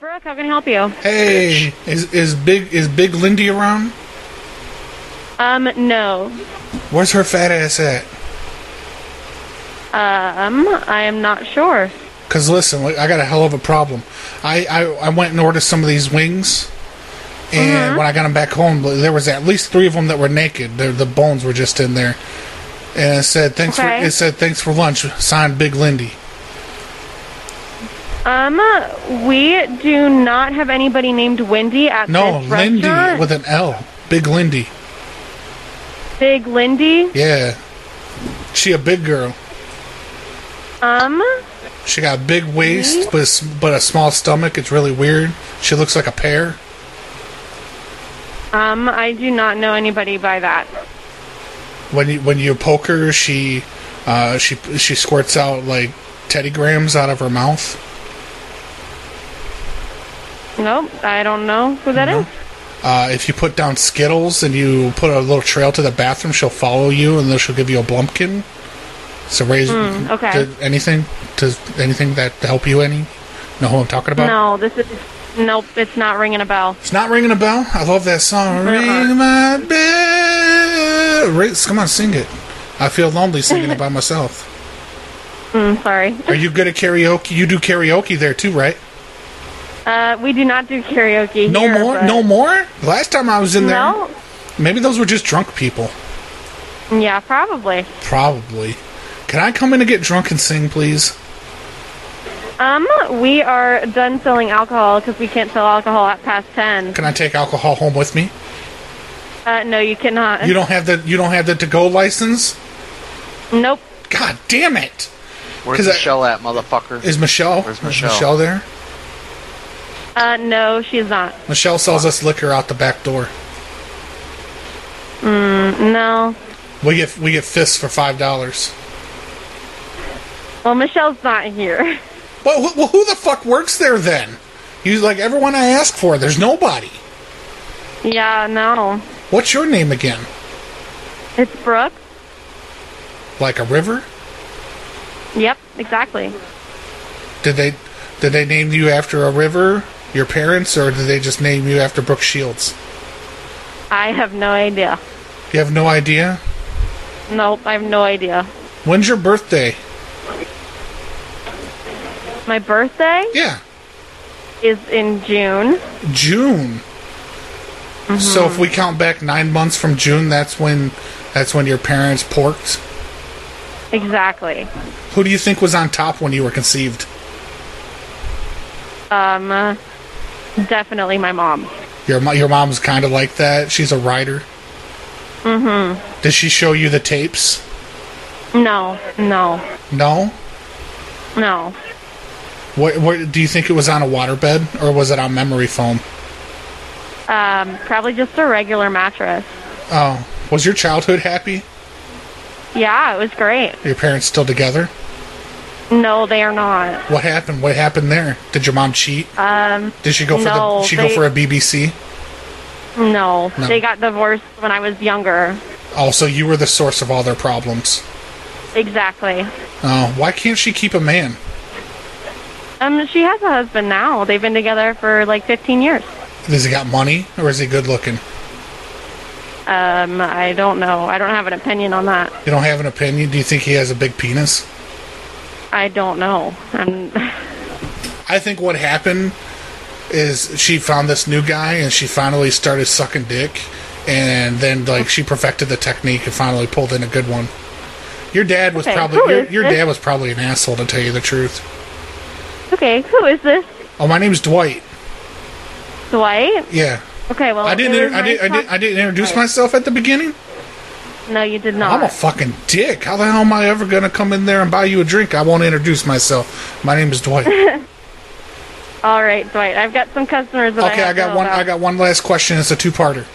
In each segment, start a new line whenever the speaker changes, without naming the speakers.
Brooke, how can I help you?
Hey, is is big is Big Lindy around?
Um, no.
Where's her fat ass at?
Um, I am not sure.
Cause listen, like, I got a hell of a problem. I, I, I went and ordered some of these wings,
Mm-hmm.
and when I got them back home, there was at least three of them that were naked. The, the bones were just in there, and it said thanks
Okay.
for it said thanks for lunch. Signed Big Lindy.
Um, we do not have anybody named Wendy at
No,
this
Lindy
restaurant.
with an L. Big Lindy.
Big Lindy.
Yeah, she a big girl.
Um,
She got a big waist, but a, s- but a small stomach. It's really weird. She looks like a pear.
um, I do not know anybody by that.
When you when you poke her, she uh, she she squirts out like teddy grams out of her mouth.
Nope, I don't know who that is.
Uh, if you put down Skittles and you put a little trail to the bathroom, she'll follow you and then she'll give you a blumpkin. So raise
Hmm, okay.
did anything does anything that help you any? Know who I'm talking about?
No, this is nope. It's not ringing a bell.
It's not ringing a bell. I love that song.
Uh-uh.
Ring my bell. Ring, come on, sing it. I feel lonely singing it by myself.
Mm, sorry.
Are you good at karaoke? You do karaoke there too, right?
Uh, we do not do karaoke.
No
here,
more.
but-
No more. Last time I was in there,
No.
maybe those were just drunk people.
Yeah, probably.
Probably. Can I come in and get drunk and sing, please?
Um, we are done selling alcohol because we can't sell alcohol at past ten.
Can I take alcohol home with me?
Uh, no, you cannot.
You don't have the you don't have the to go license.
nope.
God damn it!
Where's
'Cause I-
Michelle at, motherfucker?
Is Michelle?
Where's
is
Michelle?
Michelle there?
Uh, no, she's not.
Michelle sells us liquor out the back door.
No.
We get we get fists for five dollars.
Well, Michelle's not here.
Well, who, well, who the fuck works there then? You like everyone I ask for. There's nobody.
yeah, no.
What's your name again?
It's Brooke.
Like a river?
Yep, exactly.
Did they did they name you after a river? Your parents, or did they just name you after Brooke Shields?
I have no idea.
You have no idea.
Nope, I have no idea.
When's your birthday?
My birthday
Yeah,
is in June.
June. So if we count back nine months from June, that's when that's when your parents porked.
Exactly.
Who do you think was on top when you were conceived?
Um, uh, definitely my mom.
Your mo- your mom's kind of like that. She's a writer. Mm-hmm. Does she show you the tapes?
No, no,
No.
no.
What, what do you think it was on a waterbed or was it on memory foam?
Um, probably just a regular mattress.
Oh, was your childhood happy?
Yeah, it was great.
Are your parents still together?
No, they are not.
What happened? What happened there? Did your mom cheat?
Um,
Did she go for
no,
the? She
they-
go for a BBC?
no,
No.
They got divorced when I was younger.
Also, you were the source of all their problems.
Exactly.
Oh, why can't she keep a man?
Um, she has a husband now. They've been together for like 15 years.
Does he got money or is he good looking?
Um, I don't know. I don't have an opinion on that.
You don't have an opinion. Do you think he has a big penis?
I don't know. Um, I'm,
I think what happened is she found this new guy and she finally started sucking dick, and then like she perfected the technique and finally pulled in a good one. Your dad was
Okay,
probably
who
your,
is
your
this?
dad was probably an asshole to tell you the truth.
okay, who is this?
Oh, my name's Dwight.
Dwight?
Yeah,
Okay, well,
I didn't.
it was
Inter- I, did,
nice
I did.
talk-
I didn't introduce myself at the beginning.
No, you did not.
I'm a fucking dick. How the hell am I ever gonna come in there and buy you a drink? I won't introduce myself. My name is Dwight.
All right, Dwight. I've got some customers that
Okay,
I,
I
have to
got
know
one.
about.
I got one last question. It's a two-parter.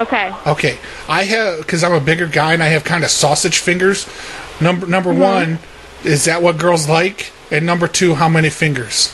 Okay.
Okay, I have because I'm a bigger guy and I have kind of sausage fingers.
Mm-hmm.
Number number one, is that what girls like? And number two, how many fingers?